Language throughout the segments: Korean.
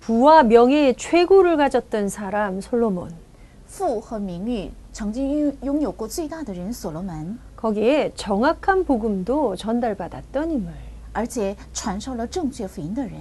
부와 명예의 최고를 가졌던 사람 솔로몬. 富和名誉曾经拥拥有过最大的人所罗门， 거기에 정확한 복음도 전달받았던 인물. 而且传授了正确福音的人。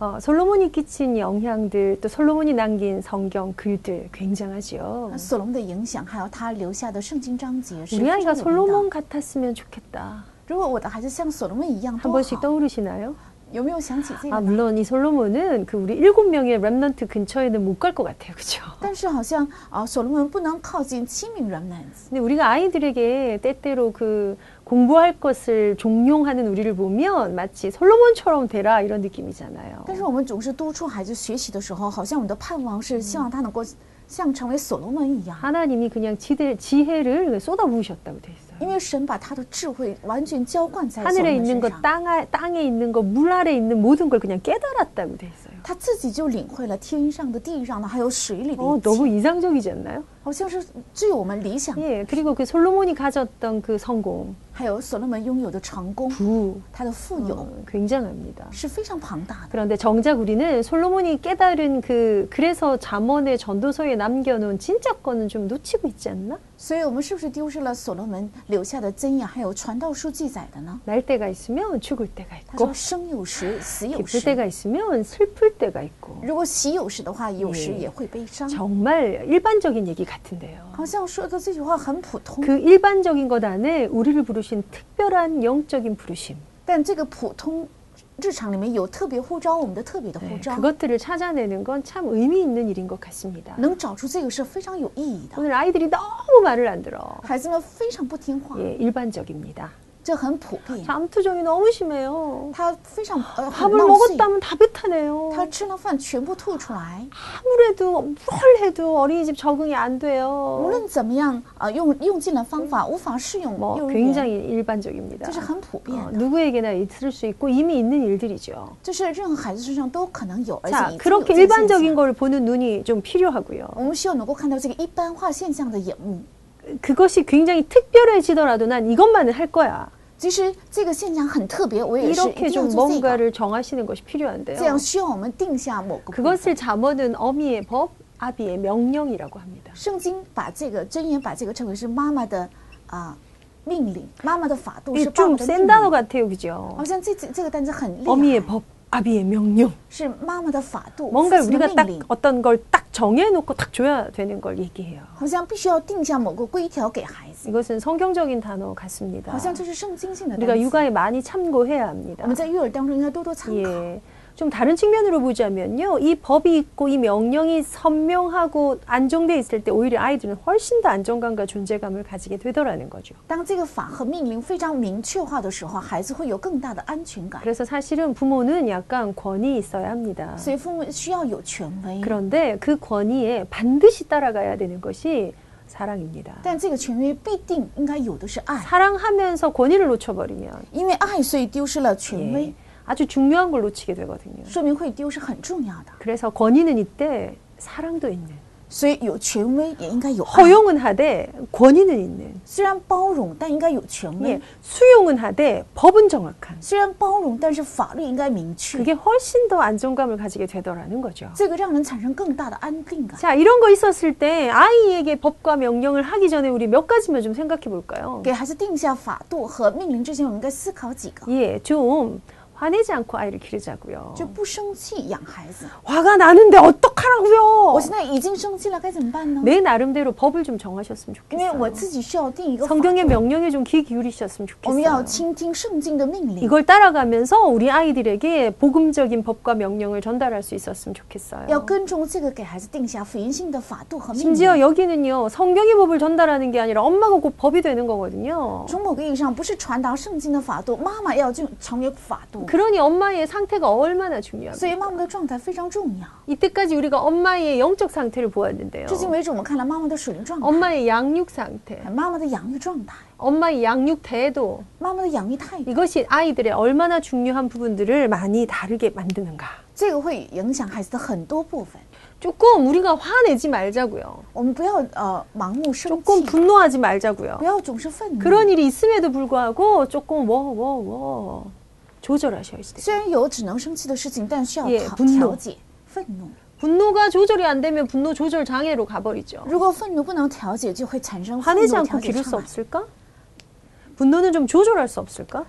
어, 솔로몬이 끼친 영향들, 또 솔로몬이 남긴 성경 글들 굉장하지요. 那所罗门的影响，还有他留下的圣经章节是 우리 非 아이가 常有 솔로몬 名的。 같았으면 좋겠다. 如果我的孩子像所罗门一样 한 多 번씩 好， 떠오르시나요? 有没有想起这个 아 呢？ 물론 이 솔로몬은 그 우리 일곱 명의 랩넌트 근처에는 못 갈 것 같아요, 그렇죠? 但是好像啊，所罗门不能靠近七名人们。 근데 우리가 아이들에게 때때로 그 공부할 것을 종용하는 우리를 보면 마치 솔로몬처럼 되라 이런 느낌이잖아요. 但是我们总是督促孩子学习的时候，好像我们的盼望是希望他能够像成为所罗门一样， 하나님이 그냥 지대, 지혜를 쏟아부으셨다고 돼 있어요. 因为神把他的智慧完全浇灌在所罗 하늘에 门 있는 身 것, 上， 땅 아, 땅에 있는 것, 물 아래 있는 모든 걸 그냥 깨달았다고 돼 있어요. 他自己就领会了天上的、地上的，还有水里的 어, 一切， 너무 이상적이지 않나요? 好像是具有我们理想， 예, 그리고 그 솔로몬이 가졌던 그 성공, 还有所罗门拥有的成功， 부, 他的富 어, 有 굉장합니다. 是非常庞大的。 그런데 정작 우리는 솔로몬이 깨달은 그 그래서 잠언의 전도서에 남겨놓은 진짜 거는 좀 놓치고 있지 않나? 所以，我们是不是丢失了所罗门留下的箴言，还有传道书记载的呢？ 날 때가 있으면 죽을 때가 他 있고 说：“生有时，死有 기쁠 时。 때가 있으면 슬플 때가 있고 如果喜有时的话，有时 예 也会悲伤。” 정말 일반적인 얘기 같은데요. 好像说的这句话很普通， 그 일반적인 것 안에 우리를 부르신 특별한 영적인 부르심 但这个普通日常里面有特别呼召我们的特别的呼 네, 召， 그것들을 찾아내는 건 참 의미 있는 일인 것 같습니다. 能找出这个是非常有意义的。 오늘 아이들이 너무 말을 안 들어. 孩子们非常不听话， 예, 일반적입니다. 这很普 예. 遍。 잠투정이 너무 심해요. 他非常呃很 밥을 闹性， 먹었다면 다 뱉어내요. 他吃了饭全部吐出来， 아무래도 뭘 해도 어린이집 적응이 안 无 돼요. 论怎么样呃用用尽了方法，无法适用 뭐 幼儿园， 굉장히 일반적입니다. 这是很普遍 어, 的， 누구에게나 있을 수 있고 이미 있는 일들이죠. 就是任何孩子身上都啊可能有，而且 자, 已经有 그렇게 这个现 일반적인 象。 걸 보는 눈이 좀 필요하고요. 我们需要能够看到这个一般化现象的眼目， 그것이 굉장히 특별해지더라도 난 이것만은 할 거야. 即使这个现象很特别，我也是一 네, 이렇게 定要 좀 做这个。 뭔가를 정하시는 것이 这 필요한데요. 样需要我们定下某个部分 그것을 잠언은 어미의 법, 아비의 명령이라고 합니다. 圣经把这个箴言把这个称为是妈妈的啊、命令，妈妈的法度是 이게 爸爸 좀 的 센 命 단어 令。 같아요, 그죠? 好像这这这个单词很厉 어미의 害， 법, 아비의 명령. 是妈妈的法度， 뭔가 父亲 우리가 的 딱 命令， 어떤 걸 딱 정해놓고 딱 줘야 되는 걸 얘기해요. 好像必须要定下某个规条给孩子， 이것은 성경적인 단어 같습니다. 好像这是圣经性的单 우리가 词。 육아에 많이 참고해야 합니다. 我们在育儿当中应该多多参考。 예. 좀 다른 측면으로 보자면요. 이 법이 있고 이 명령이 선명하고 안정돼 있을 때 오히려 아이들은 훨씬 더 안정감과 존재감을 가지게 되더라는 거죠. 当这个法和命令非常明确化的时候，孩子会有更大的安全感。 그래서 사실은 부모는 약간 권위 있어야 합니다. 所以父母需要有权威， 그런데 그 권위에 반드시 따라가야 되는 것이 사랑입니다. 但这个权威必定应该有的是爱， 사랑하면서 권위를 놓쳐버리면 因为爱所以丢失了权威 예, 。 아주 중요한 걸 놓치게 되거든요. 说明会丢是很重要的， 그래서 권위는 이때 사랑도 있는 所以有权威也应该有爱。 허용은 하되 권위는 있는 虽然包容，但应该有权威 예, ； 수용은 하되 법은 정확한 虽然包容，但是法律应该明确。 그게 훨씬 더 안정감을 가지게 되더라는 거죠. 这个让人产生更大的安定感。 자 이런 거 있었을 때 아이에게 법과 명령을 하기 전에 우리 몇 가지만 좀 생각해 볼까요? 给孩子定下法度和命令之前，我们应该思考几个： 예, 좀 화내지 않고 아이를 기르자고요. 就不生气养孩子。 화가 나는데 어떡하라고요? 我现在已经生气了，该怎么办呢？ 내 나름대로 법을 좀 정하셨으면 因为我 좋겠어요. 自己需要定一个法， 성경의 명령에 좀 귀 기울이셨으면 我们要 좋겠어요. 倾听圣经的命令， 이걸 따라가면서 우리 아이들에게 복음적인 법과 명령을 전달할 수 있었으면 要 좋겠어요. 跟踪这个给孩子定下福音性的法度和命令。 심지어 여기는요 성경의 법을 전달하는 게 아니라 엄마가 곧 법이 되는 거거든요. 从某个意义上，不是传达圣经的法度，妈妈要就成为法度， 음. 그러니 엄마의 상태가 얼마나 所 중요합니까? 以妈妈的状态非常重要。 이때까지 우리가 엄마의 영적 상태를 보았는데요. 至今为止，我们看了妈妈的属灵状态， 엄마의 양육 상태, 妈妈的养育状态， 엄마의 양육 태도 妈妈的养育态度， 이것이 아이들의 얼마나 중요한 부분들을 많이 다르게 만드는가. 这个会影响孩子的很多部分。 조금 우리가 화내지 말자고요. 我们不要呃盲目生 조금 气， 분노하지 말자고요. 不要总是愤怒。 그런 일이 있음에도 불구하고 조금 워워워 조절하셔야 돼요. 虽然有只能生气的事情，但需要也调不怒调节愤怒。 분노가 조절이 안 되면 분노 조절 장애로 가버리죠. 如果愤怒不能调节，就会产生愤 화내지 怒 않고 调节 기를 수 障碍。 없을까? 분노는 좀 조절할 수 없을까?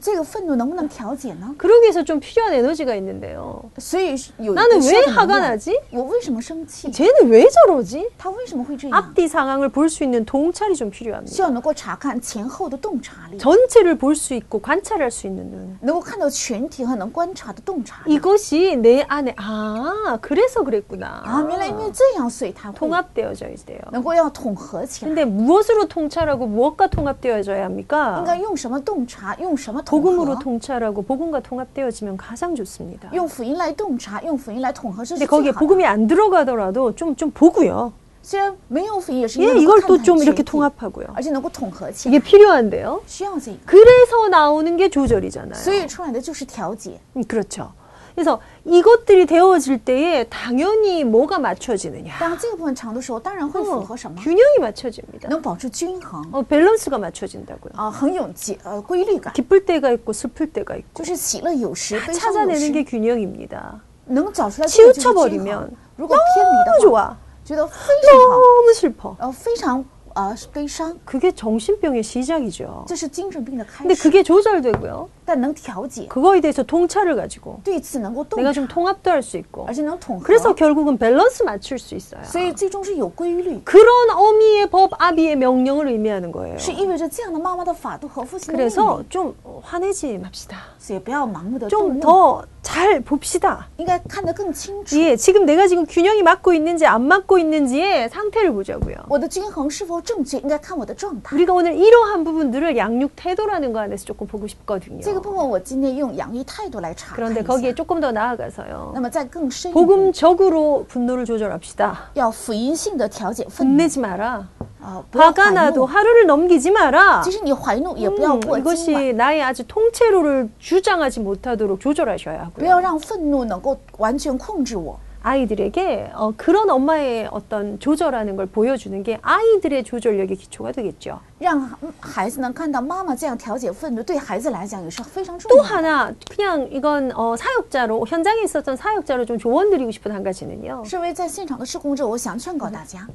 这个愤怒能不能调节呢？ 그러기 위해서 좀 필요한 에너지가 있는데요. 所以有一个 나는 需 왜 要的能 화가 量 나지? 我为什么生气？ 쟤는 왜 저러지? 他为什么会这样？ 앞뒤 상황을 볼 수 있는 동찰이 좀 需 필요합니다. 要能够查看前后的洞察力， 전체를 볼 수 있고 관찰할 수 있는 눈. 能够看到全体和能观察的洞察力。 이것이 내 안에 아 그래서 그랬구나. 啊，原来因为这样，所以他会 통합되어져야 돼요. 能够要统合起来。 근데 무엇으로 통찰하고 무엇과 통합되어져야 应 합니까? 该用什么洞察，用什么统 복음으로 合？ 통찰하고 복음과 통합되어지면 가장 좋습니다. 用福音来洞察，用福音来统合，这 근데 是 거기에 最好的。 복음이 안 들어가더라도 좀 좀 보고요. 虽然没有福音，也是 예, 因为 이걸 能够 또 看得 좀 很全 이렇게 体， 통합하고요. 而且能够统合起来， 이게 필요한데요. 需要这个， 그래서 나오는 게 조절이잖아요. 所以出来的就是调节。 음, 그렇죠. 그래서 이것들이 되어질 때에 당연히 뭐가 맞춰지느냐. 当这个部分长的时候，当然 어, 会符合什么？ 균형이 맞춰집니다. 能保持均衡 어, 밸런스가 맞춰진다고요. 啊，很有节呃规律感， 기쁠 때가 있고 슬플 때가 있고 就是喜乐有时，悲伤有 찾아내는 时， 게 균형입니다. 能找出来这个就是均衡 치우쳐버리면 。如果偏离的 너무 话， 좋아. 觉得非常好， 너무 슬퍼. 呃，非常呃悲伤， 그게 정신병의 시작이죠. 这是精神病的开 근데 始， 그게 조절되고요. 但能调节， 그거에 대해서 통찰을 가지고 对此能够洞 내가 察 좀 ， 통합도 할 수 있고. 而且能统合， 그래서 결국은 아, 밸런스 맞출 수 있어요. 所以最终是有规律， 그런 어미의 법, 아비의 명령을 의미하는 거예요. 是意味着这样的妈妈的法度和父亲的命 그래서 令， 좀 화내지 맙시다. 所以不要盲目的좀动怒， 더 잘 봅시다. 应该看得更清楚， 예, 지금 내가 지금 균형이 맞고 있는지 안 맞고 있는지의 상태를 보자고요. 我的均衡是否正确，应该看我的状态。 우리가 오늘 이러한 부분들을 양육 태도라는 거 안에서 조금 뭐 보고 싶거든요. 这个部分我今天用养育态度来查看 그런데 一 거기에 下。 조금 더 나아가서요. 뭐 那么再更深一步， 복음적으로 분노를 조절합시다. 要福音性的调节愤怒 혼내지 마라. 啊，不要 화가 怀 나도 怒。 하루를 뭐 넘기지 마라. 即使你怀怒，也不要 음, 过今晚， 이것이 나의 아주 통째로를 주장하지 못하도록 조절하셔야 不 하고요. 要让愤怒能够完全控制我。 아이들에게 어, 그런 엄마의 어떤 조절하는 걸 보여주는 게 아이들의 조절력의 기초가 되겠죠. 让孩子能看到妈妈这样调节愤怒，对孩子来讲也是非常重 또 要的。 하나 그냥 이건 어, 사역자로 현장에 있었던 사역자로 좀 조언드리고 싶은 한 가지는요. 身为在现场的施工者，我想劝告大家，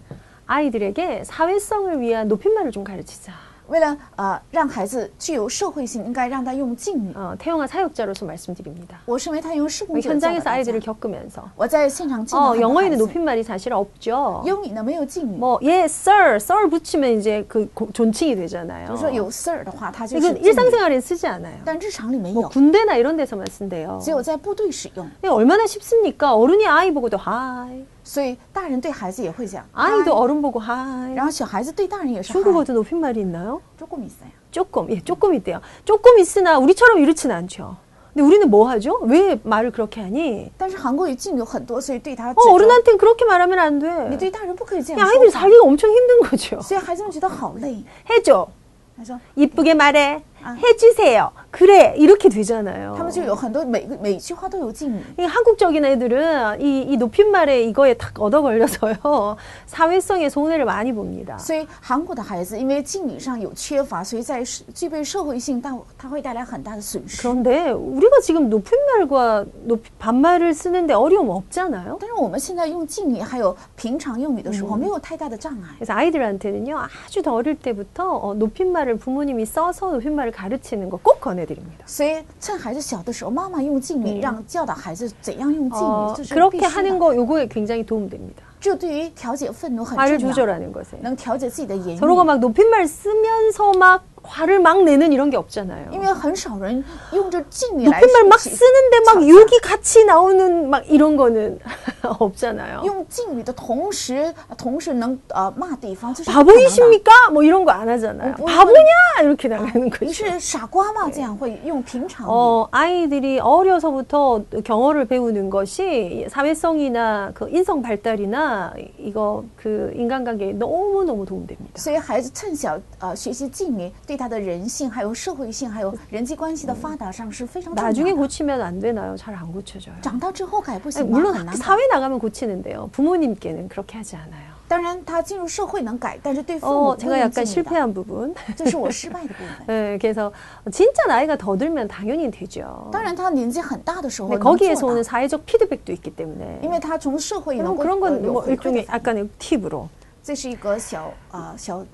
아이들에게 사회성을 위한 높임말을 좀 가르치자. 为了呃让孩子具有社会性，应该让他用敬语。 어, 태영아 사역자로서 말씀드립니다. 我身为他用施工 우리 者教导 현장에서 大家 아이들을 ， 겪으면서 我在现场见到 어, 很多孩 영어에는 子， 높임말이 사실 없죠. 英语呢没有敬语， 뭐 예, sir, sir 붙이면 이제 그 고- 존칭이 比 되잖아요. 如说有 sir 的话，他就是敬 이건 语， 일상생활에 쓰지 않아요. 但日常里没 뭐 有， 군대나 이런 데서만 쓴대요. 只有在部队使用。 이게 예, 얼마나 쉽습니까? 어른이 아이 보고도 하이, 所以大人对孩子也会讲 아이도 hi 어른 보고 하이. 然后小孩子对大人也是 hi 중국어도 높임말이 있나요? 조금 있어요. 조금, 예, 조금 있대요. 조금 있으나 우리처럼 이렇진 않죠. 근데 우리는 뭐 하죠? 왜 말을 그렇게 하니? 但是韩国语敬有很多，所以对他指 어, 责 어른한테는 그렇게 말하면 안 你 돼. 对大人不可以这 그냥 样 아이들 说话， 살기가 엄청 힘든 거죠. 所以孩子们觉得好累。 해줘. 他说 이쁘게 말해. 아. 해주세요. 그래. 이렇게 되잖아요. 他们就有很多每个每一句话都有敬语， 이 한국적인 애들은 이, 이 높임말에 이거에 탁 얻어 걸려서요. 사회성에 손해를 많이 봅니다. 所以韩国的孩子因为敬语上有缺乏，所以在是具备社会性，但它会带来很大的损失。 그런데 우리가 지금 높임말과 높이, 반말을 쓰는데 어려움 없잖아요. 但是我们现在用敬语还有平常用语的时嗯候，没有太大的障碍。 그래서 아이들한테는요 아주 더 어릴 때부터 어, 높임말을 부모님이 써서 높임말을 가르치는 거 꼭 권해드립니다. 所以趁孩子小的时候，妈妈用敬语，让教导孩子怎样用敬 어, 语，这是必哦 그렇게 须 하는 的。 거 요거에 굉장히 도움됩니다. 这对于调节愤怒很 화를 重要， 조절하는 것에 能调节自己的言 서로가 语。 막 높임말 쓰면서 막 화를 막 내는 이런 게 없잖아요. 因为很少人用这敬语来 높임말 막 起 쓰는데 막 욕이 같이 나오는 막 이런 거는 없잖아요. 用敬语的同时，同时能呃骂对方，就是不可能的 바보이십니까? 뭐 이런 거 안 하잖아요. 어, 어, 바보냐 이렇게 나가는 你 거죠. 是傻瓜吗？这样会用平常语。 어, 아이들이 어려서부터 경어를 배우는 것이 사회성이나 그 인성 발달이나 이거 그 인간관계에 너무너무 도움됩니다. 所以孩子趁小呃学习敬语，对他的人性、还有社会性、还有人际关系的发达上是非常重要 나중에 的。 고치면 안 되나요? 잘 안 고쳐져요. 长大之后改不 아니, 行吗？啊 물론 很难改。 사회 나가면 고치는데요. 부모님께는 그렇게 하지 않아요. 当然，他进入社会能改，但是对父母 어, 不 제가 能 약간 尽的， 실패한 부분. 这是我失败的 部分。 네, 그래서 진짜 나이가 더 들면 당연히 되죠. 当然，他年纪很大的时候 네, 能做 거기에서 오는 到， 사회적 피드백도 있기 때문에. 因为他从社会也能 그럼 够 그런 呃 건 有 뭐 回馈 일종의 的。 약간의 팁으로. 这是一个小啊、小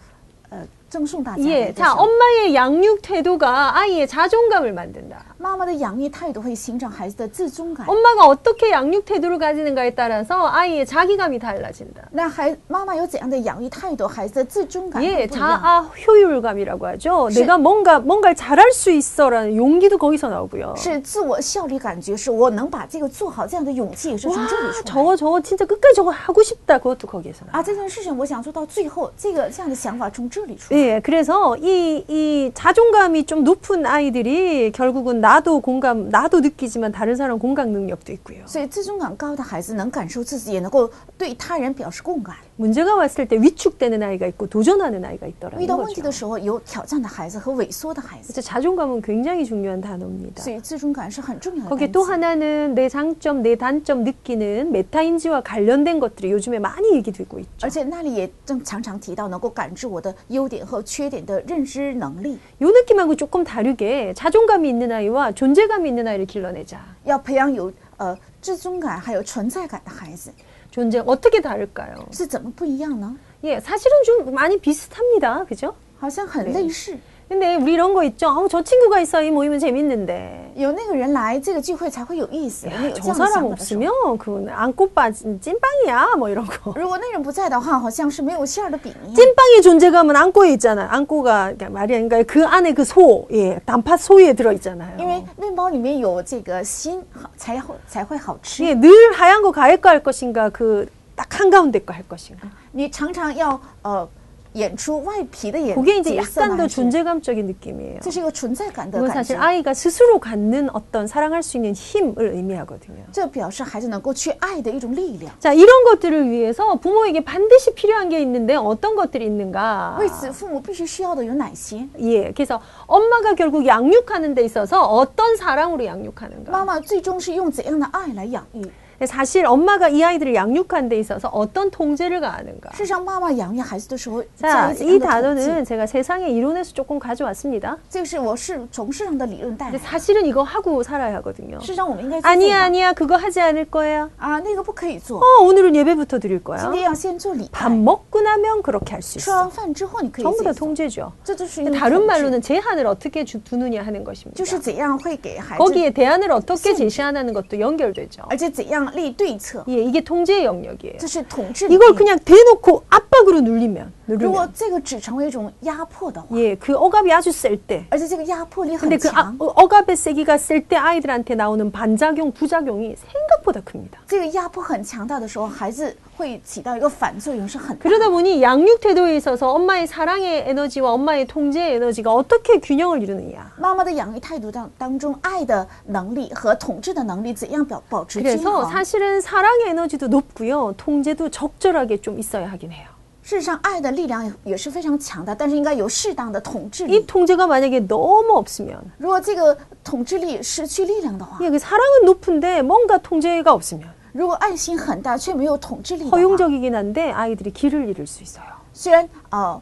呃赠送大家的一 예, 个 자 小 엄마의 양육 태도가 아이의 자존감을 만든다. 妈妈的养育态度会形成孩子的自尊感。 엄마가 어떻게 양육 태도를 가지는가에 따라서 아이의 자기감이 달라진다. 那孩妈妈有怎样的养育态度，孩子的自尊感会 예, 不一样。 자아 효율감이라고 하죠. 시- 내가 뭔가 뭔가를 잘할 수 있어라는 용기도 거기서 나오고요. 是自我效率感觉，是我能把这个做好，这样的勇气也是从这里 아, 出来的。 저거 저거 진짜 끝까지 저거 하고 싶다. 그것도 거기에서 나. 啊，这件事情我想做到最后，这个这样的想法从这里出来。 예, 그래서 이, 이 자존감이 좀 높은 아이들이 결국은 나도 공감, 나도 느끼지만 다른 사람 공감 능력도 있고요. 所以自尊感高的孩子能感受自己，也能够对他人表示共感。 문제가 왔을 때 위축되는 아이가 있고 도전하는 아이가 遇 있더라는 到问题 거죠. 的时候，有挑战的孩子和萎缩的孩子， 진짜 자존감은 굉장히 중요한 단어입니다. 所以自尊感是很重要的 거기에 单 또 词。 하나는 내 장점, 내 단점 느끼는 메타인지와 관련된 것들이 요즘에 많이 얘기되고 있죠. 而且那里也正常常提到能够感知我的优点和缺点的认知能力， 요 느낌하고 조금 다르게 자존감이 있는 아이와 존재감이 있는 아이를 길러내자. 要培养有呃自尊感还有存在感的孩子 존재 어떻게 다를까요? 是怎么不一样呢？ 예, 사실은 좀 많이 비슷합니다. 그죠? 好像很类似。 근데 우리 이런 거 있죠. 아우 저 친구가 있어 이 모임은 재밌는데. 有那个人来，这个聚会才会有意思。有这 저 样的 사람 想法的时候 없으면 그건 안고 빠진 찐빵이야 뭐 이런 거. 如果那人不在的话，好像是没有馅儿的饼一样。 찐빵의 존재감은 안고에 있잖아요. 안고가 그러니까 말이 아닌가요? 그 안에 그 소, 예, 단팥 소에 들어 因为 있잖아요. 面包里面有这个心，好才好才会好吃。 예, 늘 하얀 거 가릴 거할 것인가 그 딱 한가운데 거 할 것인가. 你常常要呃演出外皮的演， 그게 이제 角色 약간 呢 더 还是 존재감적인 느낌이에요. 这是一个存在感的 이건 感 사실 觉。 아이가 스스로 갖는 어떤 사랑할 수 있는 힘을 의미하거든요. 这表示孩子能够去爱的一种力量。 자, 이런 것들을 위해서 부모에게 반드시 필요한 게 있는데 어떤 것들이 뭐 있는가? 为此，父母必须需要的有哪些？ 예, 그래서 엄마가 결국 양육하는 데 있어서 어떤 사랑으로 양육하는가? 妈妈最终是用怎样的爱来养育？ 사실 엄마가 이 아이들을 양육하는 데 있어서 어떤 통제를 가하는가? 事实上，妈妈养育孩子的时候， 자, 在怎 이 样的途径 단어는 제가 세상의 이론에서 조금 가져왔습니다. 这个是我是从市场的理论带来 근데 的。 사실은 이거 하고 살아야 하거든요. 事实上，我们应该去 아니야, 做的 아니야, 그거 하지 않을 거야. 啊，那个不可以做， 어, 오늘은 예배부터 드릴 거야. 今天要先做礼拜 밥 。 먹고 나면 네. 그렇게 할 수 吃 있어. 完饭之后你可以 전부 自 다 己做， 통제죠. 这就是一 근데 种 다른 统治 말로는 제한을 어떻게 주- 두느냐 하는 것입니다. 就是怎样会给孩子 거기에 대안을 어떻게 제시하는 것도 연결되죠. 而且怎样立对策， 예, 이게 통제의 영역이에요. 这是统治理念 이걸 그냥 대놓고 압박으로 눌리면 如果 누르면 这个只成为一种压迫的话， 예, 그 억압이 아주 셀 때. 而且这个压迫力 근데 很 그 아- 强， 억압의 세기가 셀 때 아이들한테 나오는 반작용, 부작용이 생각보다 큽니다. 这个压迫很强大的时候，孩子会起到一个反作用，是很大的 그러다 보니 양육 태도에 있어서 엄마의 사랑의 에너지와 엄마의 통제의 에너지가 어떻게 균형을 이루느냐. 妈妈的养育态度当当中，爱的能力和统治的能力怎样保保持均 그래서 衡？ 사실은 사랑의 에너지도 높고요. 통제도 적절하게 좀 있어야 하긴 해요. 事实上，爱的力量也也是非常强的，但是应该有适当的统治 이 力。 통제가 만약에 너무 없으면 如果这个统治力失去力量的话， 예, 그 사랑은 높은데 뭔가 통제가 없으면 如果爱心很大却没有统治力的话， 허용적이긴 한데 아이들이 길을 잃을 수 있어요. 虽然呃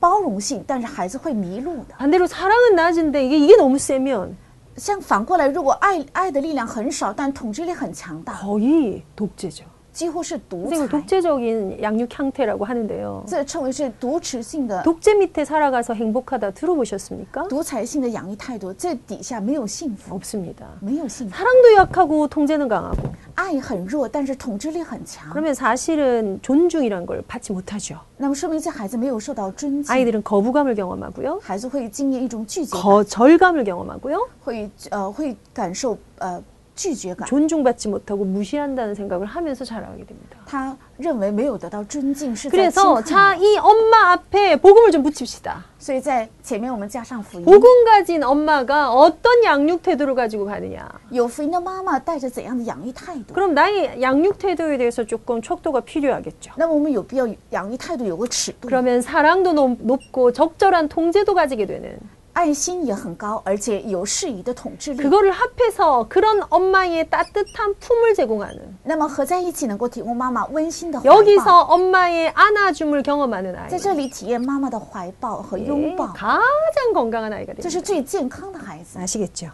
包容性，但是孩子会迷路的。 반대로 사랑은 낮은데 이게 이게 너무 세면 像反过来，如果爱爱的力量很少，但统治力很强大， 거의 독재죠. 几乎是独 이걸 裁， 독재적인 양육 형태라고 하는데요. 这称为是独持性的 독재 밑에 살아가서 행복하다 들어보셨습니까? 独裁性的养育态度。这底下没有幸福， 없습니다. 没有幸福， 사랑도 약하고 통제는 강하고 爱很弱，但是统治力很强。 그러면 사실은 존중이란 걸 받지 못하죠. 那么说明这孩子没有受到尊敬， 아이들은 거부감을 경험하고요. 孩子会经验一种拒绝感， 거절감을 경험하고요. 会呃会感受呃拒绝感。 존중받지 못하고 무시한다는 생각을 하면서 자라게 됩니다. 他认为没有得到尊敬是在侵 그래서 害 자 我， 이 엄마 앞에 복음을 좀 붙입시다. 所以在前面我们加上福音， 복음 가진 엄마가 어떤 양육 태도를 가지고 가느냐. 有福音的妈妈带着怎样的养育态度？ 그럼 나의 양육 태도에 대해서 조금 척도가 필요하겠죠. 那么我们有必要养育态度有个尺度。 그러면 사랑도 높- 높고 적절한 통제도 가지게 되는 爱心也很高，而且有适宜的统治力。 그거를 합해서 그런 엄마의 따뜻한 품을 제공하는 那么合在一起能够提供妈妈温馨的怀抱， 여기서 엄마의 안아줌을 경험하는 아이 在这里体验妈妈的怀抱和 예, 拥抱， 가장 건강한 아이가 这 됩니다. 是最健康的孩哎子。 아시겠죠?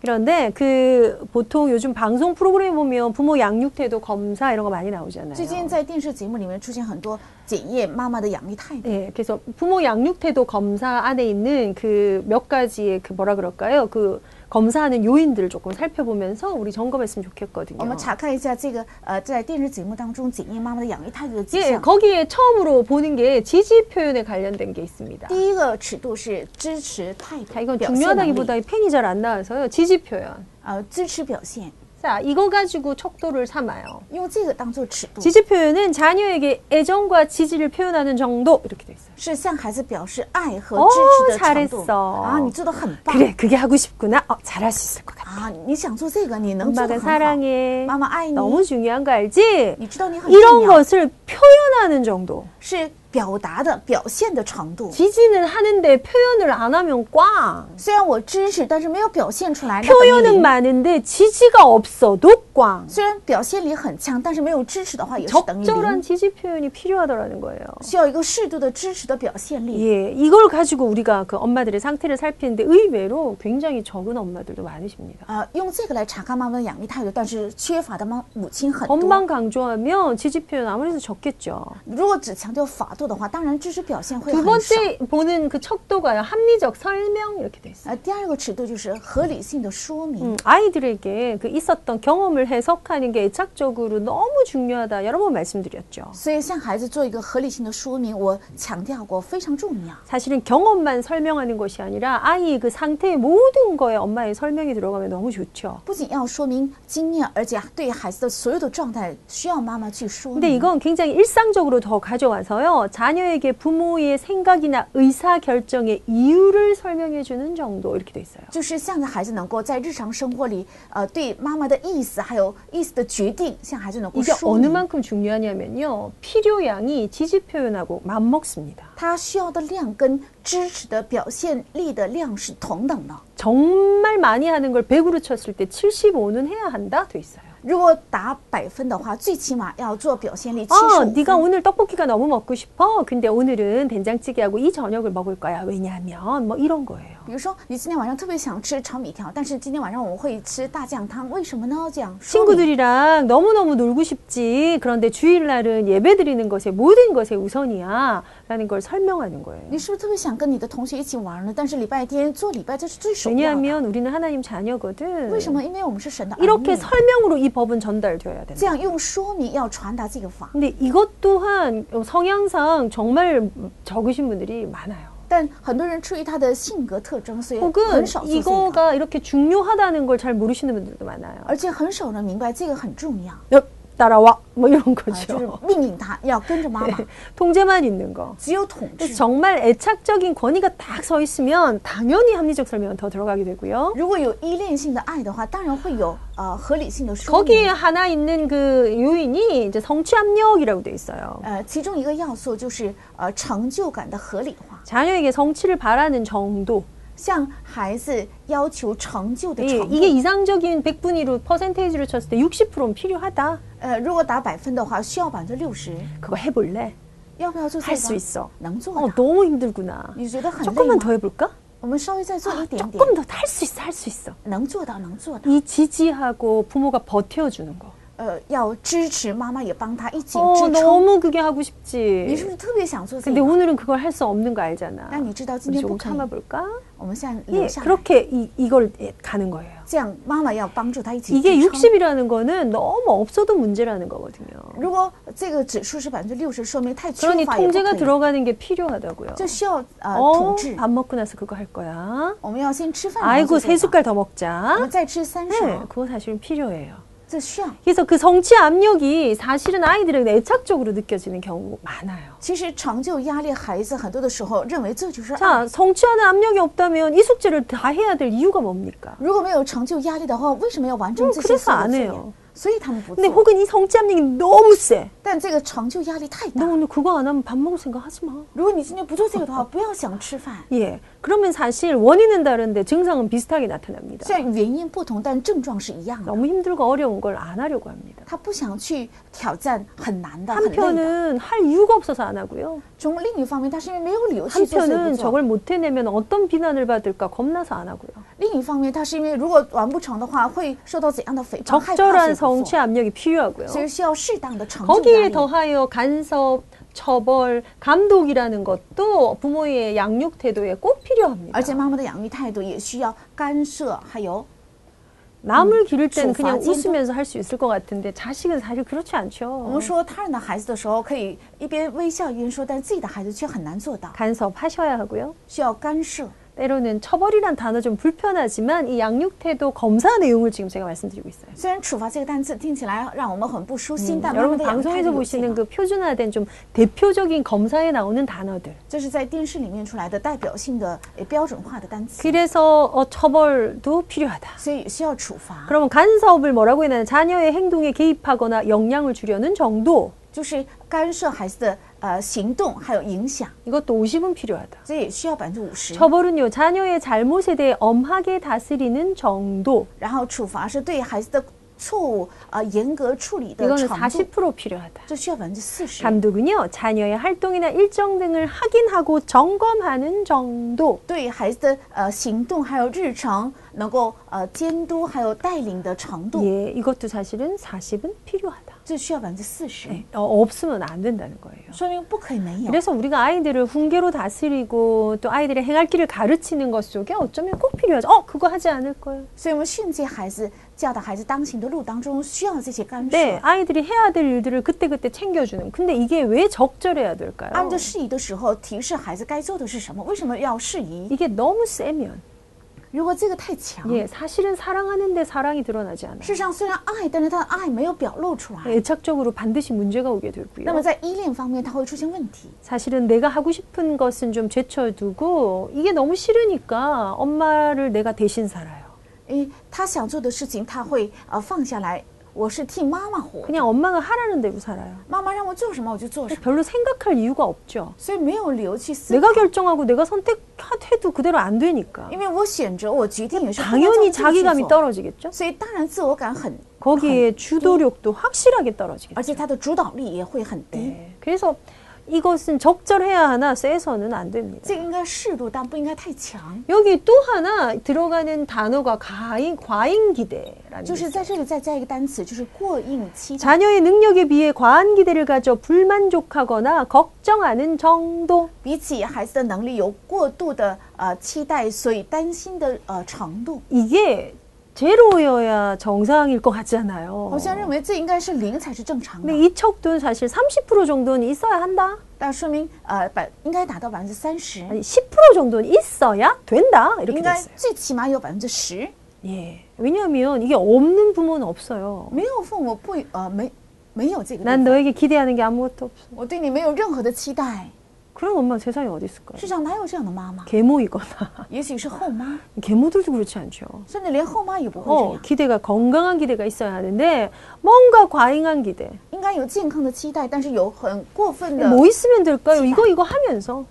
그런데 그 보통 요즘 방송 프로그램 보면 부모 양육 태도 검사 이런 거 많이 나오잖아요. 最近在电视节目里面出现很多检验妈妈的养育态度， 예, 그래서 부모 양육 태도 검사 안에 있는 그 몇 가지의 그 뭐라 그럴까요? 그 검사하는 요인들을 조금 살펴보면서 우리 점검했으면 我 좋겠거든요. 们查看一下这个呃，在电视节目当中检验妈妈的养育态度的迹 예, 象。 거기에 처음으로 보는 게 지지 표현에 관련된 게 있습니다. 第一个尺度是支持态度 자, ， 이건 表现能力 중요하다기보다 이 팬이 잘 안 나와서요. 지지 표현. 呃支持表现， 자, 이거 가지고 척도를 삼아요. 用这个当做尺度， 지지 표현은 자녀에게 애정과 지지를 표현하는 정도 이렇게 돼 있어요. 是向孩子表示爱和哦支持的 잘했 程度 어 啊，你做的很棒 그래, 그게 하고 싶구나. 어, 잘할 수 있을 것 같아. 啊，你想做这个，你能做的 아, 엄마가 很好。 사랑해. 妈妈爱你， 너무 중요한 거 알지? 你知道你很 이런 重要， 것을 표현하는 정도. 是表达的表现的程度。 지지는 하는데 표현을 안 하면 꽝. 虽然我支持，但是没有表现出来。那等于 표현은 零 많은데 지지가 없어도 꽝. 虽然表现力很强，但是没有支持的话，也是等于 적절한 零。 지지 표현이 필요하다라는 거예요. 需要一个适度的支持的表现力。 예, 이걸 가지고 우리가 그 엄마들의 상태를 살피는데 의외로 굉장히 적은 엄마들도 많으십니다. 啊、用这个来查看妈妈的养育态度，但是缺乏的妈母亲很多。 엄만 강조하면 지지 표현 아무래도 적겠죠. 그 如果只强调法度的话，当然支持表现会 두 很少。 번째 보는 그 척도가요. 합리적 설명 이렇게 돼 있어요. 呃，第二个尺度就是合理性的说明。 음, 아이들에게 그 있었던 경험을 해석하는 게 애착적으로 너무 중요하다. 여러 번 말씀드렸죠. 所以向孩子做一个合理性的说明，我强调过非常重要。 사실은 경험만 설명하는 것이 아니라 아이의 그 상태의 모든 거에 엄마의 설명이 들어가면 너무 좋죠. 不仅要说明经验，而且对孩子的所有的状态需要妈妈去说 근데 明。 이건 굉장히 일상적으로 더 가져와서요. 자녀에게 부모의 생각이나 의사 결정의 이유를 설명해 주는 정도 이렇게 돼 있어요. 就是向着孩子能够在日常生活里，呃，对妈妈的意思还有意思的决定，向孩子能够 이게 说 어느 明 만큼 중요하냐면요. 필요량이 지지 표현하고 맞먹습니다. 他需要的量跟支持的表现力的量是同等的。 정말 많이 하는 걸 100으로 쳤을 때 75는 해야 한다 돼 있어요. 如果打百分的话，最起码要做表现力七 어, 十五 네가 오늘 떡볶이가 너무 먹고 싶어. 근데 오늘은 된장찌개하고 이 저녁을 먹을 거야. 왜냐하면 뭐 이런 거예요. 比如说，你今天晚上特别想吃炒米条，但是今天晚上我们会吃大酱汤，为什么呢？这样说明 친구들이랑 너무너무 놀고 싶지. 그런데 주일날은 예배 드리는 것에 모든 것에 우선이야. 라는 걸 설명하는 거예요. 你是不是特别想跟你的同学一起玩呢？但是礼拜天做礼拜这是最首要的。 왜냐하면 우리는 하나님 자녀거든. 为什么？因为我们是神的儿 이렇게 女。 설명으로 이 법은 전달되어야 这 된다. 样用说明要传达这个法， 근데 이것 또한 성향상 정말 적으신 분들이 많아요. 但很多人出于他的性格特征，所以 혹은 很少做这个， 이거가 이렇게 중요하다는 걸 잘 모르시는 분들도 많아요. 而且很少人明白这个很重要，啊 야, 따라와 뭐 이런 就是 거죠. 命令他要跟着妈 妈， 네, 통제만 있는 거. 只有统治 그래서 。 정말 애착적인 권위가 딱 서 있으면 당연히 합리적 설명은 더 들어가게 되고요. 如果有依恋性的爱的话，当然会有呃合理性的说 거기에 明。 하나 있는 그 요인이 이제 성취 압력이라고 돼 있어요. 呃，其中一个要素就是呃成就感的合理化， 자녀에게 성취를 바라는 정도. 向孩子要求成就的 예, 程 이게 度。 이상적인 100분위로 퍼센테이지로 쳤을 때 60%는 필요하다. 呃，如果打百分的话，需要百分之六十， 그거 해볼래? 要不要做这 할 수 个？ 있어. 能做 어, 的。 너무 힘들구나. 你觉得很累 조금만 吗？ 더 해볼까? 我们稍微再做一点点， 조금 더 할 수 있어, 할 수 있어. 能做到，能做到。 이 지지하고 부모가 버텨주는 거. 呃，要支持妈妈，也帮她一起 어, 支撑。 너무 그게 하고 你是不 싶지. 是特别想做这 근데 个？ 오늘은 그걸 할 수 없는 거 알잖아. 那你知道今 우리 天不 조금 可以， 참아볼까? 我们现在 예, 留下来。 그렇게 이, 이걸 예, 가는 거예요. 这样妈妈要帮助她一起 이게 支撑。 60이라는 거는 너무 없어도 문제라는 거거든요. 如果这个指数是百分之六十，说明太缺 그러니 乏也不 통제가 可以， 들어가는 게 필요하다고요. 就需要呃 어, 统治。 밥 먹고 나서 그거 할 거야. 我们要先吃饭，然后 아이고, 做这 세 个 숟갈 더 我 먹자. 们再吃三 네, 勺， 그거 사실은 필요해요. 这需要。 그래서 그 성취 압력이 사실은 아이들에게 애착적으로 느껴지는 경우가 많아요. 其实成就压力，孩子很多的时候认为这就是爱。 자, 성취하는 압력이 없다면 이 숙제를 다 해야 될 이유가 뭡니까? 如果没有成就压力的话，为什么要完成 그 这 래 些所 서안 有的作 해요 业？所以他们不 근데 做。 혹은 이 성짬력이 너무 세. 但这个成就压力太 너 大。 오늘 그거 안 하면 밥 먹을 생각 하지 마. 如果你今天不做这个的话，不要想吃饭。 예. 그러면 사실 원인은 다른데 증상은 비슷하게 나타납니다. 虽然原因不同，但症状是一样的。 너무 힘들고 어려운 걸 안 하려고 합니다. 他不想去挑战很难的、很累的。 한편은 할 이유가 없어서 안 하고요. 从另一方面，他是因为没有理由去做这个 한편은 不做； 저걸 못 해내면 어떤 비난을 받을까 겁나서 안 하고요. 另一方面，他是因为如果完不成的话，会受到怎样的诽谤、害怕所以 적절한 不做 성취 압력이 필요하고요. 所以需要适当的成就压 거기에 力。 더하여 간섭, 처벌, 감독이라는 것도 부모의 양육 태도에 꼭 而且 필요합니다. 妈妈的养育态度也需要干涉，还有 남을 기를 때는 조사, 그냥 진짜. 웃으면서 할 수 있을 것 같은데 자식은 사실 그렇지 我 않죠. 们说他人的孩子的时候，可以一边微笑一边说，但自己的孩子却很难做到， 간섭하셔야 하고요. 需要干涉。 때로는 처벌이란 단어 좀 불편하지만 이 양육 태도 검사 내용을 지금 제가 말씀드리고 있어요. 虽然“处罚”这个单词听起来让我们很不舒心， 음, 但妈妈 여러분 的养育态度 방송에서 有限 보시는 啊 그 표준화된 좀 대표적인 검사에 나오는 단어들. 这是在电视里面出来的代表性的呃标准化的单词， 그래서 어, 처벌도 필요하다. 所以需要处罚。 그러면 간섭을 뭐라고 해야 되나? 자녀의 행동에 개입하거나 영향을 주려는 정도. 就是干涉孩子的呃行动还有影响， 이것도 50은 필요하다. 所以需要百分之五十。 처벌은요, 자녀의 잘못에 대해 엄하게 다스리는 정도. 然后处罚是对孩子的错误呃严格处理的 이거는 程度， 40% 필요하다. 这需要百分之四十。 감독은요, 자녀의 활동이나 일정 등을 확인하고 점검하는 정도. 对孩子的呃行动还有日程能够呃监督还有带领的程度， 예, 이것도 사실은 40은 필요하다. 这需要百分之四十， 어, 없으면 안 된다는 거예요. 说明不可以没有。 어. 그래서 우리가 아이들을 훈계로 다스리고 또 아이들의 행할 길을 가르치는 것 속에 어쩌면 꼭 필요하죠. 어, 그거 하지 않을 거예요. 所以我们训诫孩子、教导孩子当行的路当中需要这些干涉， 네, 아이들이 해야 될 일들을 그때그때 챙겨주는. 근데 이게 왜 적절해야 될까요? 按照适宜的时候提示孩子该做的是什么，为什么要适宜？ 이게 너무 세면, 如果这个太强， 예, 사실은 사랑하는데 사랑이 드러나지 않아요. 예, 事实上虽然爱，但是他的爱没有表露出来， 애착적으로 반드시 문제가 오게 되고요. 那么在依恋方面他会出现问题。 사실은 내가 하고 싶은 것은 좀 제쳐두고 이게 너무 싫으니까 엄마를 내가 대신 살아요. 诶，他想做的事情他会呃放下来，我是替妈妈活， 그냥 엄마가 하라는 대로 살아요. 妈妈让我做什么我就做什么， 별로 생각할 이유가 없죠. 所以没有理由去思 내가 결정하고 내가 선택해도 그대로 안 되니까 因为我选择，我决定也是不能照 당연히 自己去 자기감이 做， 떨어지겠죠. 所以当然自我感很， 거기에 주도력도 확실하게 떨어지겠죠. 而且他的主导力也会很低。 네. 그래서 이것은 적절해야 하나 세서는 안 됩니다. 这个应该适度，但不应该太强。 여기 또 하나 들어가는 단어가 과잉, 과잉 기대라는 就 게 是在这里再加一个单词，就是过硬期待。 자녀의 능력에 비해 과한 기대를 가져 불만족하거나 걱정하는 정도. 比起孩子的能力有过度的呃期待，所以担心的呃程度， 이게 제로여야 정상일 것 같잖아요. 好像认为这应该是零才是正常 근데 的， 이 척도는 사실 30% 정도는 있어야 한다. 但说明呃百应该达到百分之三十， 아니 10% 정도는 있어야 된다. 应 이렇게 该 됐어요. 最起码有百分之十。 예. 왜냐하면 이게 없는 부모는 없어요. 没有父母不呃没没有这个地 난 方， 너에게 기대하는 게 아무것도 없어. 我对你没有任何的期待。 그런 엄마 세상에 어디 있을까요? 世上哪有这样的妈妈？ 계모이거나. 也许是后妈， 계모들도 그렇지 않죠. 甚至连后妈也不会这 어, 样。 기대가 건강한 기대가 있어야 하는데 뭔가 과잉한 기대. 应该有健康的期待，但是有很过分的， 뭐 있으면 될까요? 이거 이거 하면서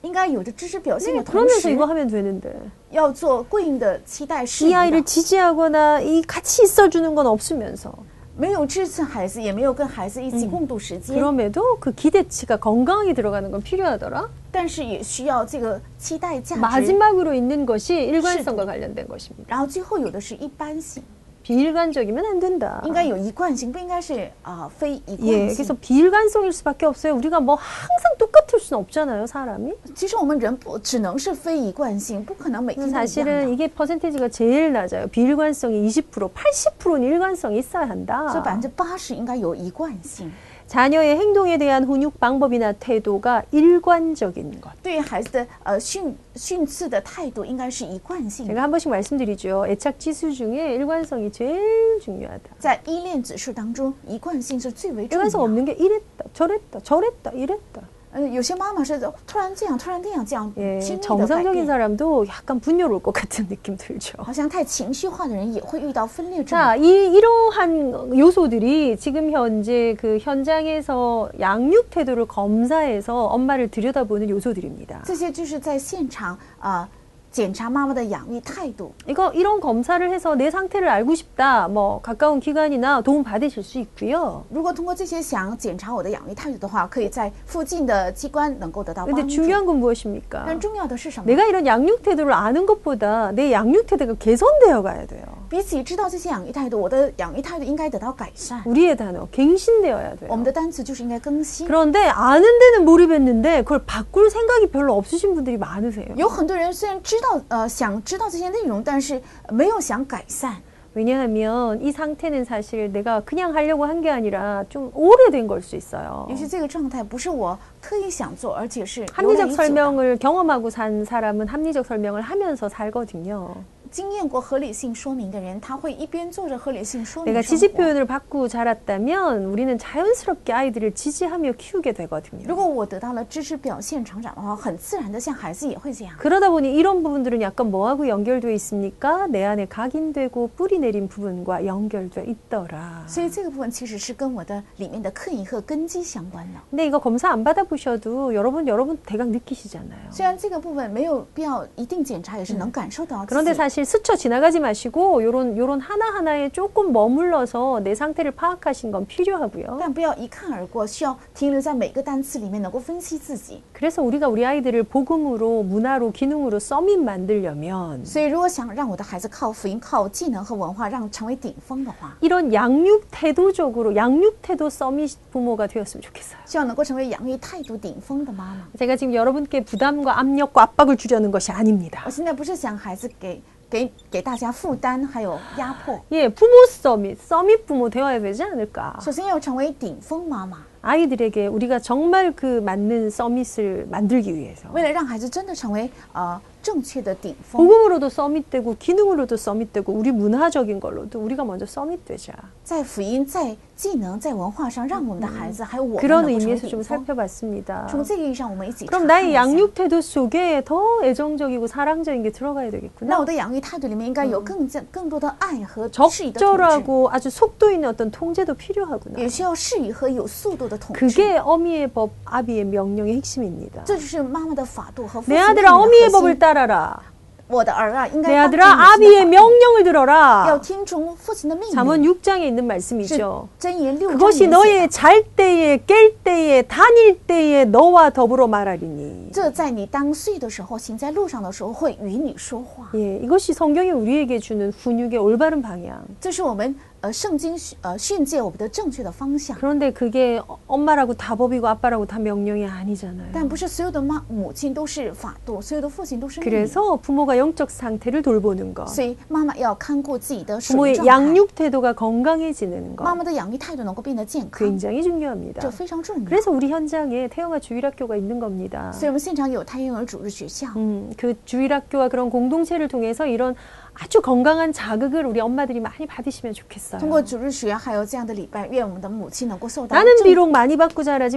应该有着知识表现 네, 的同 그러면서 时， 이거 하면 되는데 要做对应的期待适 이 应 아이를 的。 지지하거나 이 같이 있어주는 건 없으면서 没有支持孩子，也没有跟孩子一起共度时间， 그럼에도 그 기대치가 건강하게 들어가는 건 필요하더라. 但是也需要这个期待价值。 마지막으로 있는 것이 일관성과 관련된 것입니다. 然后最后有的是一般性， 비일관적이면 안 된다. 应该有一贯性，不应该是啊、非一 예, 贯 그래서 性。 비일관성일 수밖에 없어요. 우리가 뭐 항상 똑같을 수는 없잖아요, 사람이. 其实我们人不只能是非一贯性，不可能每天 그래서 都一样的 사실은 。 이게 퍼센테이지가 제일 낮아요. 비일관성이 20%, 80%는 일관성이 있어야 所以百 한다. 分之八十应该有一贯性。 자녀의 행동에 대한 훈육 방법이나 태도가 일관적인 것. 对于孩子的呃训训斥的态度应该是一贯性的， 제가 한 번씩 말씀드리죠. 애착 지수 중에 일관성이 제일 중요하다. 在依恋指数当中，一贯性是最为重要 일관성 的。 없는 게 이랬다, 저랬다, 저랬다, 이랬다. 嗯，有些妈妈是突然这样，突然那样，这样 예, 轻易的改 정상적인 变。 사람도 약간 분열 올 것 같은 느낌 들죠. 好像太情绪化的人也会遇到分裂症。 자, 이 이러한 요소들이 지금 현재 그 현장에서 양육 태도를 검사해서 엄마를 들여다보는 요소들입니다. 这些就是在现场啊、呃检查妈妈的养育态度。 이거 이런 검사를 해서 내 상태를 알고 싶다. 뭐 가까운 기관이나 도움 받으실 수 있고요. 如果通过这些想检查我的养育态度的话，可以在附近的机关能够得到 근데 帮助。 아, 중요한 건 무엇입니까? 但重要的是什么？ 내가 이런 양육 태도를 아는 것보다 내 양육 태도가 개선되어 가야 돼요. 比起知道这些养育态度，我的养育态度应该得到改善。 우리의 단어 갱신되어야 我 돼요. 们的单词就是应该更新。 그런데 아는 데는 몰입했는데 그걸 바꿀 생각이 별로 없으신 분들이 많으세요. 有很多人虽然知道呃想知道这些内容，但是没有想改善， 왜냐하면 이 상태는 사실 내가 그냥 하려고 한 게 아니라 좀 오래된 걸 수 있어요. 也许这个状态不是我特意想做，而且是由来 합리적 已久的 설명을 경험하고 산 사람은 합리적 설명을 하면서 살거든요. 经验过合理性说明的人，他会一边做着合理性说明 내가 生 지지 活 표현을 받고 자랐다면 우리는 자연스럽게 아이들을 지지하며 키우게 되거든요. 如果我得到了支持表现成长的话，很自然的像孩子也会这样。 그러다 보니 이런 부분들은 약간 뭐하고 연결돼 있습니까? 내 안에 각인되고 뿌리 내린 부분과 연결돼 있더라. 所以这个部分其实是跟我的里面的刻意和根基相关的。 근데 이거 검사 안 받아보셔도 여러분 여러분 대강 느끼시잖아요. 虽然这个部分没有必要一定检查，也是能感受到自 그런데 己。 사실 스쳐 지나가지 마시고 요런 요런 하나하나에 조금 머물러서 내 상태를 파악하신 건 필요하고요. 但不要一看而过，需要停留在每个单词里面，能够分析自己。 그래서 우리가 우리 아이들을 복음으로 문화로 기능으로 써민 만들려면 所以，如果想让我的孩子靠福音、靠技能和文化，让成为顶峰的话， 이런 양육 태도적으로 양육 태도 써밋 부모가 되었으면 좋겠어요. 希望能够成为养育态度顶峰的妈妈。 제가 지금 여러분께 부담과 압력과 압박을 주려는 것이 아닙니다. 我现在不是想孩子给给给大家负担还有压迫， 예, 부모 써밋, 써밋 부모 되어야 되지 않을까. 首先要成为顶峰妈妈。 아이들에게 우리가 정말 그 맞는 써밋을 만들기 위해서 为了让孩子真的成为呃正确的顶峰， 복음으로도 써밋되고 기능으로도 써밋되고 우리 문화적인 걸로도 우리가 먼저 써밋되자 在福音、在技能、在文化上，让我们的孩子还有我们嗯 그런 能够成为 의미에서 좀 顶峰。 살펴봤습니다. 从这个意义上，我们一起 그럼 查看一 나의 下 양육 태도 속에 더 애정적이고 사랑적인 게 들어가야 那 되겠구나. 我的养育态度里面应该有更加更多的爱和适宜的统治， 적절하고 아주 속도 있는 어떤 통제도 필요하구나. 也需要适宜和有速度的统治。 그게 어미의 법, 아비의 명령의 핵심입니다. 这就是妈妈的法度和父 내 亲命令 아들아 的 어미의 核 법을 心。 따라라. 我的儿啊，应 내 该当 아들아 听母亲 아비의 的法度 명령을 要 들어라. 听从父亲的命 잠언 令。 6장에 있는 是 말씀이죠. 箴言六章里 그것이 面写的 너의 잘 때에 깰 때에 다닐 때에 너와 더불어 말하리니 这在你当睡的时候，行在路上的时候，会与你说话。 예, 이것이 성경이 우리에게 주는 훈육의 올바른 방향. 这是我们呃圣经呃训诫我们的正确的方向。 그런데 그게 어- 엄마라고 다 법이고 아빠라고 다 명령이 아니잖아요. 但不是所有的妈母亲都是法度，所有的父亲都是命令。 그래서 부모가 영적 상태를 돌보는 것, 所以妈妈要看顾自己的属灵 부모의 状态， 양육 태도가 건강해지는 것妈妈的养育态度能够变得健康， 굉장히 这 중요합니다. 非常重要。 그래서 우리 현장에 태영아 주일학교가 있는 겁니다. 所以我们现场有胎婴儿主日学校， 음, 그 주일학교와 그런 공동체를 통해서 이런 아주 건강한 자극을 우리 엄마들이 많이 받으시면 通过 좋겠어요. 主日学还有这样的礼拜，愿我们的母亲能够受到 나는 正 비록 많이 받고 자라지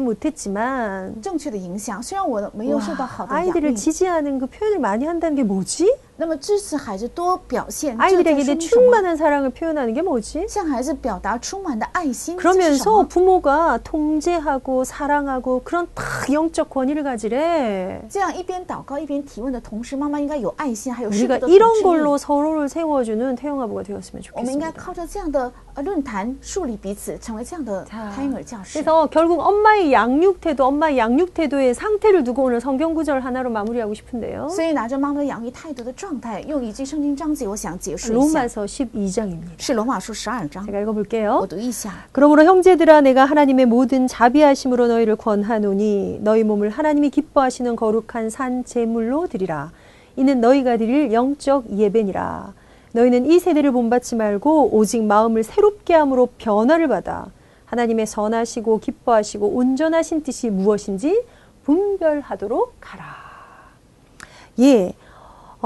못했지만 正确的影响。虽然我没有 와, 受到好的养 아이들을 育， 지지하는 그 표현을 많이 한다는 게 뭐지? 那么支持孩子多表现，这就 아이들에게 说 내 明什么？ 충만한 사랑을 표현하는 게 뭐지? 向孩子表达充满的爱心，这是什 그러면서 么？ 부모가 통제하고 사랑하고 그런 탁 영적 권위를 가지래. 这样一边祷告一边提问的同时，妈妈应该有爱心，还有适度 우리가 的统 이런 治力 걸로 서로를 세워주는 태영 아부가 되었으면 我们应该 좋겠습니다. 靠着这样的呃论坛树立彼此，成为这样的 자 胎儿教师。 그래서 결국 엄마의 양육 태도, 엄마의 양육 태도의 상태를 두고 오늘 성경 구절 하나로 마무리하고 싶은데요. 所以拿着妈妈的养育态度的状态，用一句圣经章节，我想结束一下， 로마서 12장입니다. 是罗马书十二章， 제가 我 읽어볼게요. 读一下。 그러므로 형제들아 내가 하나님의 모든 자비하심으로 너희를 권하노니 너희 몸을 하나님이 기뻐하시는 거룩한 산 제물로 드리라. 이는 너희가 드릴 영적 예배니라. 너희는 이 세대를 본받지 말고 오직 마음을 새롭게 함으로 변화를 받아 하나님의 선하시고 기뻐하시고 온전하신 뜻이 무엇인지 분별하도록 하라. 예.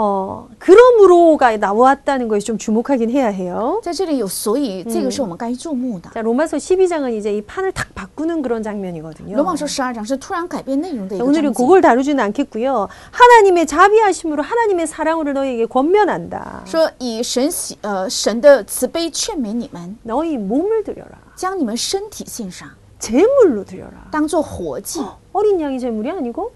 어, 그러므로가 나왔다는 것에 좀 주목하긴 해야 해요. 在这里有所以，这个是我们该注目的。 자, 로마서 12장은 이제 이 판을 탁 바꾸는 그런 장면이거든요. 罗马书十二章是突然改变内容的 자, 一个章 오늘은 节， 그걸 다루지는 않겠고요. 하나님의 자비하심으로 하나님의 사랑으로 너희에게 권면한다. 说以神喜呃神的慈悲劝勉你们， 너희 몸을 드려라. 将你们身体献上， 제물로 드려라. 当做活祭。 어린 양이 제물이 아니고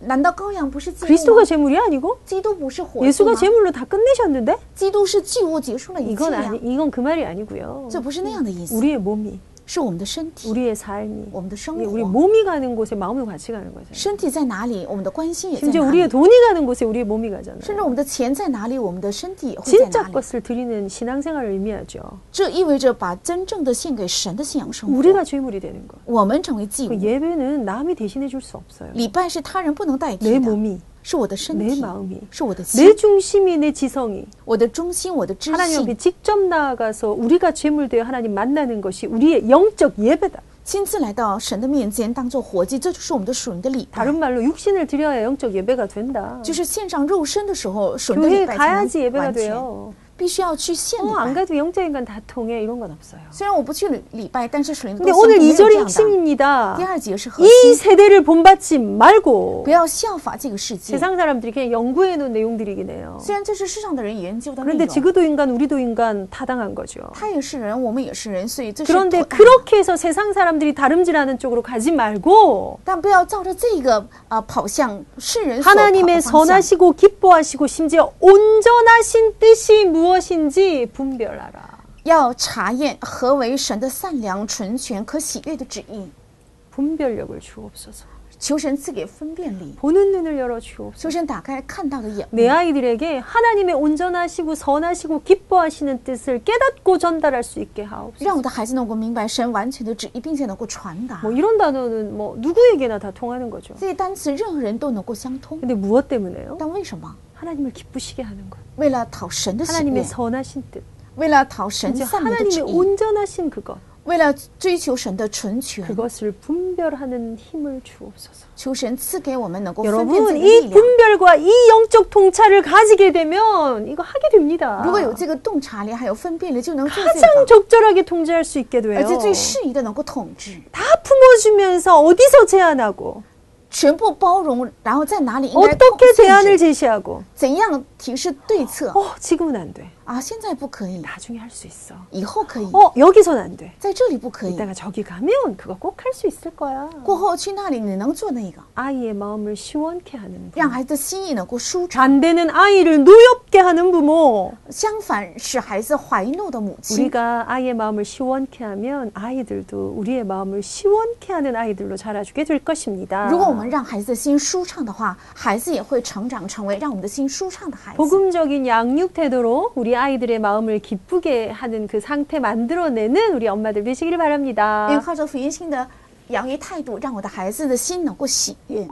难道羔羊不是祭物 그리스도가 吗？ 제물이 아니고 基督不是活祭吗 예수가 ？ 제물로 다 끝내셨는데 基督是祭物结束了一切 이건 呀 아니 ， 이건 그 말이 아니고요. 这不是那样的意思， 우리의 몸이 是我们的身体， 우리의 삶이 예, 我们的生 우리- 우리 活， 몸이 가는 곳에 마음이 같이 가는 거잖아요. 身体在哪里，我们的关心也在 심지어 哪 우리의 里， 돈이 가는 곳에 우리의 몸이 甚 가잖아요. 至我们的钱在哪里，我们的身体也会在 진짜 哪里。 것을 드리는 신앙생활을 의미하죠. 这意味着把真正的献给神的信仰生活， 우리가 죄물이 되는 거. 我们成为祭 그 物。 예배는 남이 대신해 줄 수 없어요. 礼拜是他人不能代替 내 的， 몸이, 是我的身 내 体， 마음이, 是我的 내 心， 중심이, 내 지성이 我的中心，我的知 하나님 性 앞에 ， 직접 나아가서 우리가 죄물 되어 하나님 만나는 것이 우리의 영적 예배다. 亲自来到神的面前，当做活祭，这就是我们的属灵的礼拜。 다른 말로 육신을 드려야 영적 예배가 된다. 就是献上肉身的时候，属灵的 교회 礼拜才 가야지 能 예배가 完全。 돼요. 必须要去献礼 어, 안 拜。 가도 영적인 건 다 통해 이런 건 없어요. 虽然我不去礼礼拜，但是属灵的啊 근데 东西 오늘 没有这 2절의 样的。第 핵심입니다. 二节是核 이 心， 세대를 본받지 말고 不要效法这个世界。 세상 사람들이 그냥 연구해 놓은 내용들이긴 해요. 虽然这是世上的人研究的内 그런데 容，啊 지구도 인간, 우리도 인간 타당한 거죠. 他也是人，我们也是人，所以这是 그런데 妥当 그렇게 해서 세상 사람들이 다름질하는 쪽으로 가지 말고 但不要照着这个啊、跑向世人所跑的 하나님의 方向。 선하시고 기뻐하시고 심지어 온전하신 뜻이 무엇인지 분별하라. 要查验何为神的善良、纯全、可喜悦的旨意。 분별력을 주옵소서. 求神赐给分辨力， 보는 눈을 열어 주옵소서. 求神打开看到的眼目， 내 아이들에게 하나님의 온전하시고 선하시고 기뻐하시는 뜻을 깨닫고 전달할 수 있게 하옵소서. 让我的孩子能够明白神完全的旨意，并且能够传达 뭐 。 이런 단어는 뭐 누구에게나 다 통하는 거죠. 这些单词任何人都能够相通， 근데 무엇 때문에요? 但为什么？ 하나님을 기쁘시게 하는 것. 为了讨神的喜 하나님의 悦， 선하신 뜻. 为了讨神 이제 善美的旨 하나님의 意， 온전하신 그것. 为了追求神的纯全， 그것을 분별하는 힘을 주옵소서. 求神赐给我们能够分辨这个 여러분, 力 이 量。 분별과 이 영적 통찰을 가지게 되면 이거 하게 됩니다. 如果有这个洞察力，还有分辨力，就能做这 가장 个， 적절하게 통제할 수 있게 而 돼요. 且最适宜的能够统治， 다 품어주면서 어디서 제안하고 全部包容，然后在哪里应该控 어떻게 制 대안을 ， 제시하고 怎样提示对策 어 지금은 안 돼. 啊？现在不可以， 나중에 할 수 있어. 以后可以， 어 여기선 안 돼. 在这里不可以， 이따가 저기 가면 그거 꼭 할 수 있을 거야. 过后去那里你能做那个， 아이의 마음을 시원케 하는 분. 让孩子的心意能够舒畅。 안 되는 아이를 노엽게 하는 부모. 相反，使孩子怀怒的母亲。 우리가 아이의 마음을 시원케 하면 아이들도 우리의 마음을 시원케 하는 아이들로 자라주게 될 것입니다. 如果我们让孩子的心舒畅的话，孩子也会成长成为让我们的心舒畅的孩子。 복음적인 양육 태도로 우리 아이들의 마음을 기쁘게 하는 그 상태 만들어내는 우리 엄마들 되시길 因为 바랍니다. 靠着福音性的养育态度，让我的孩子的心能够喜悦。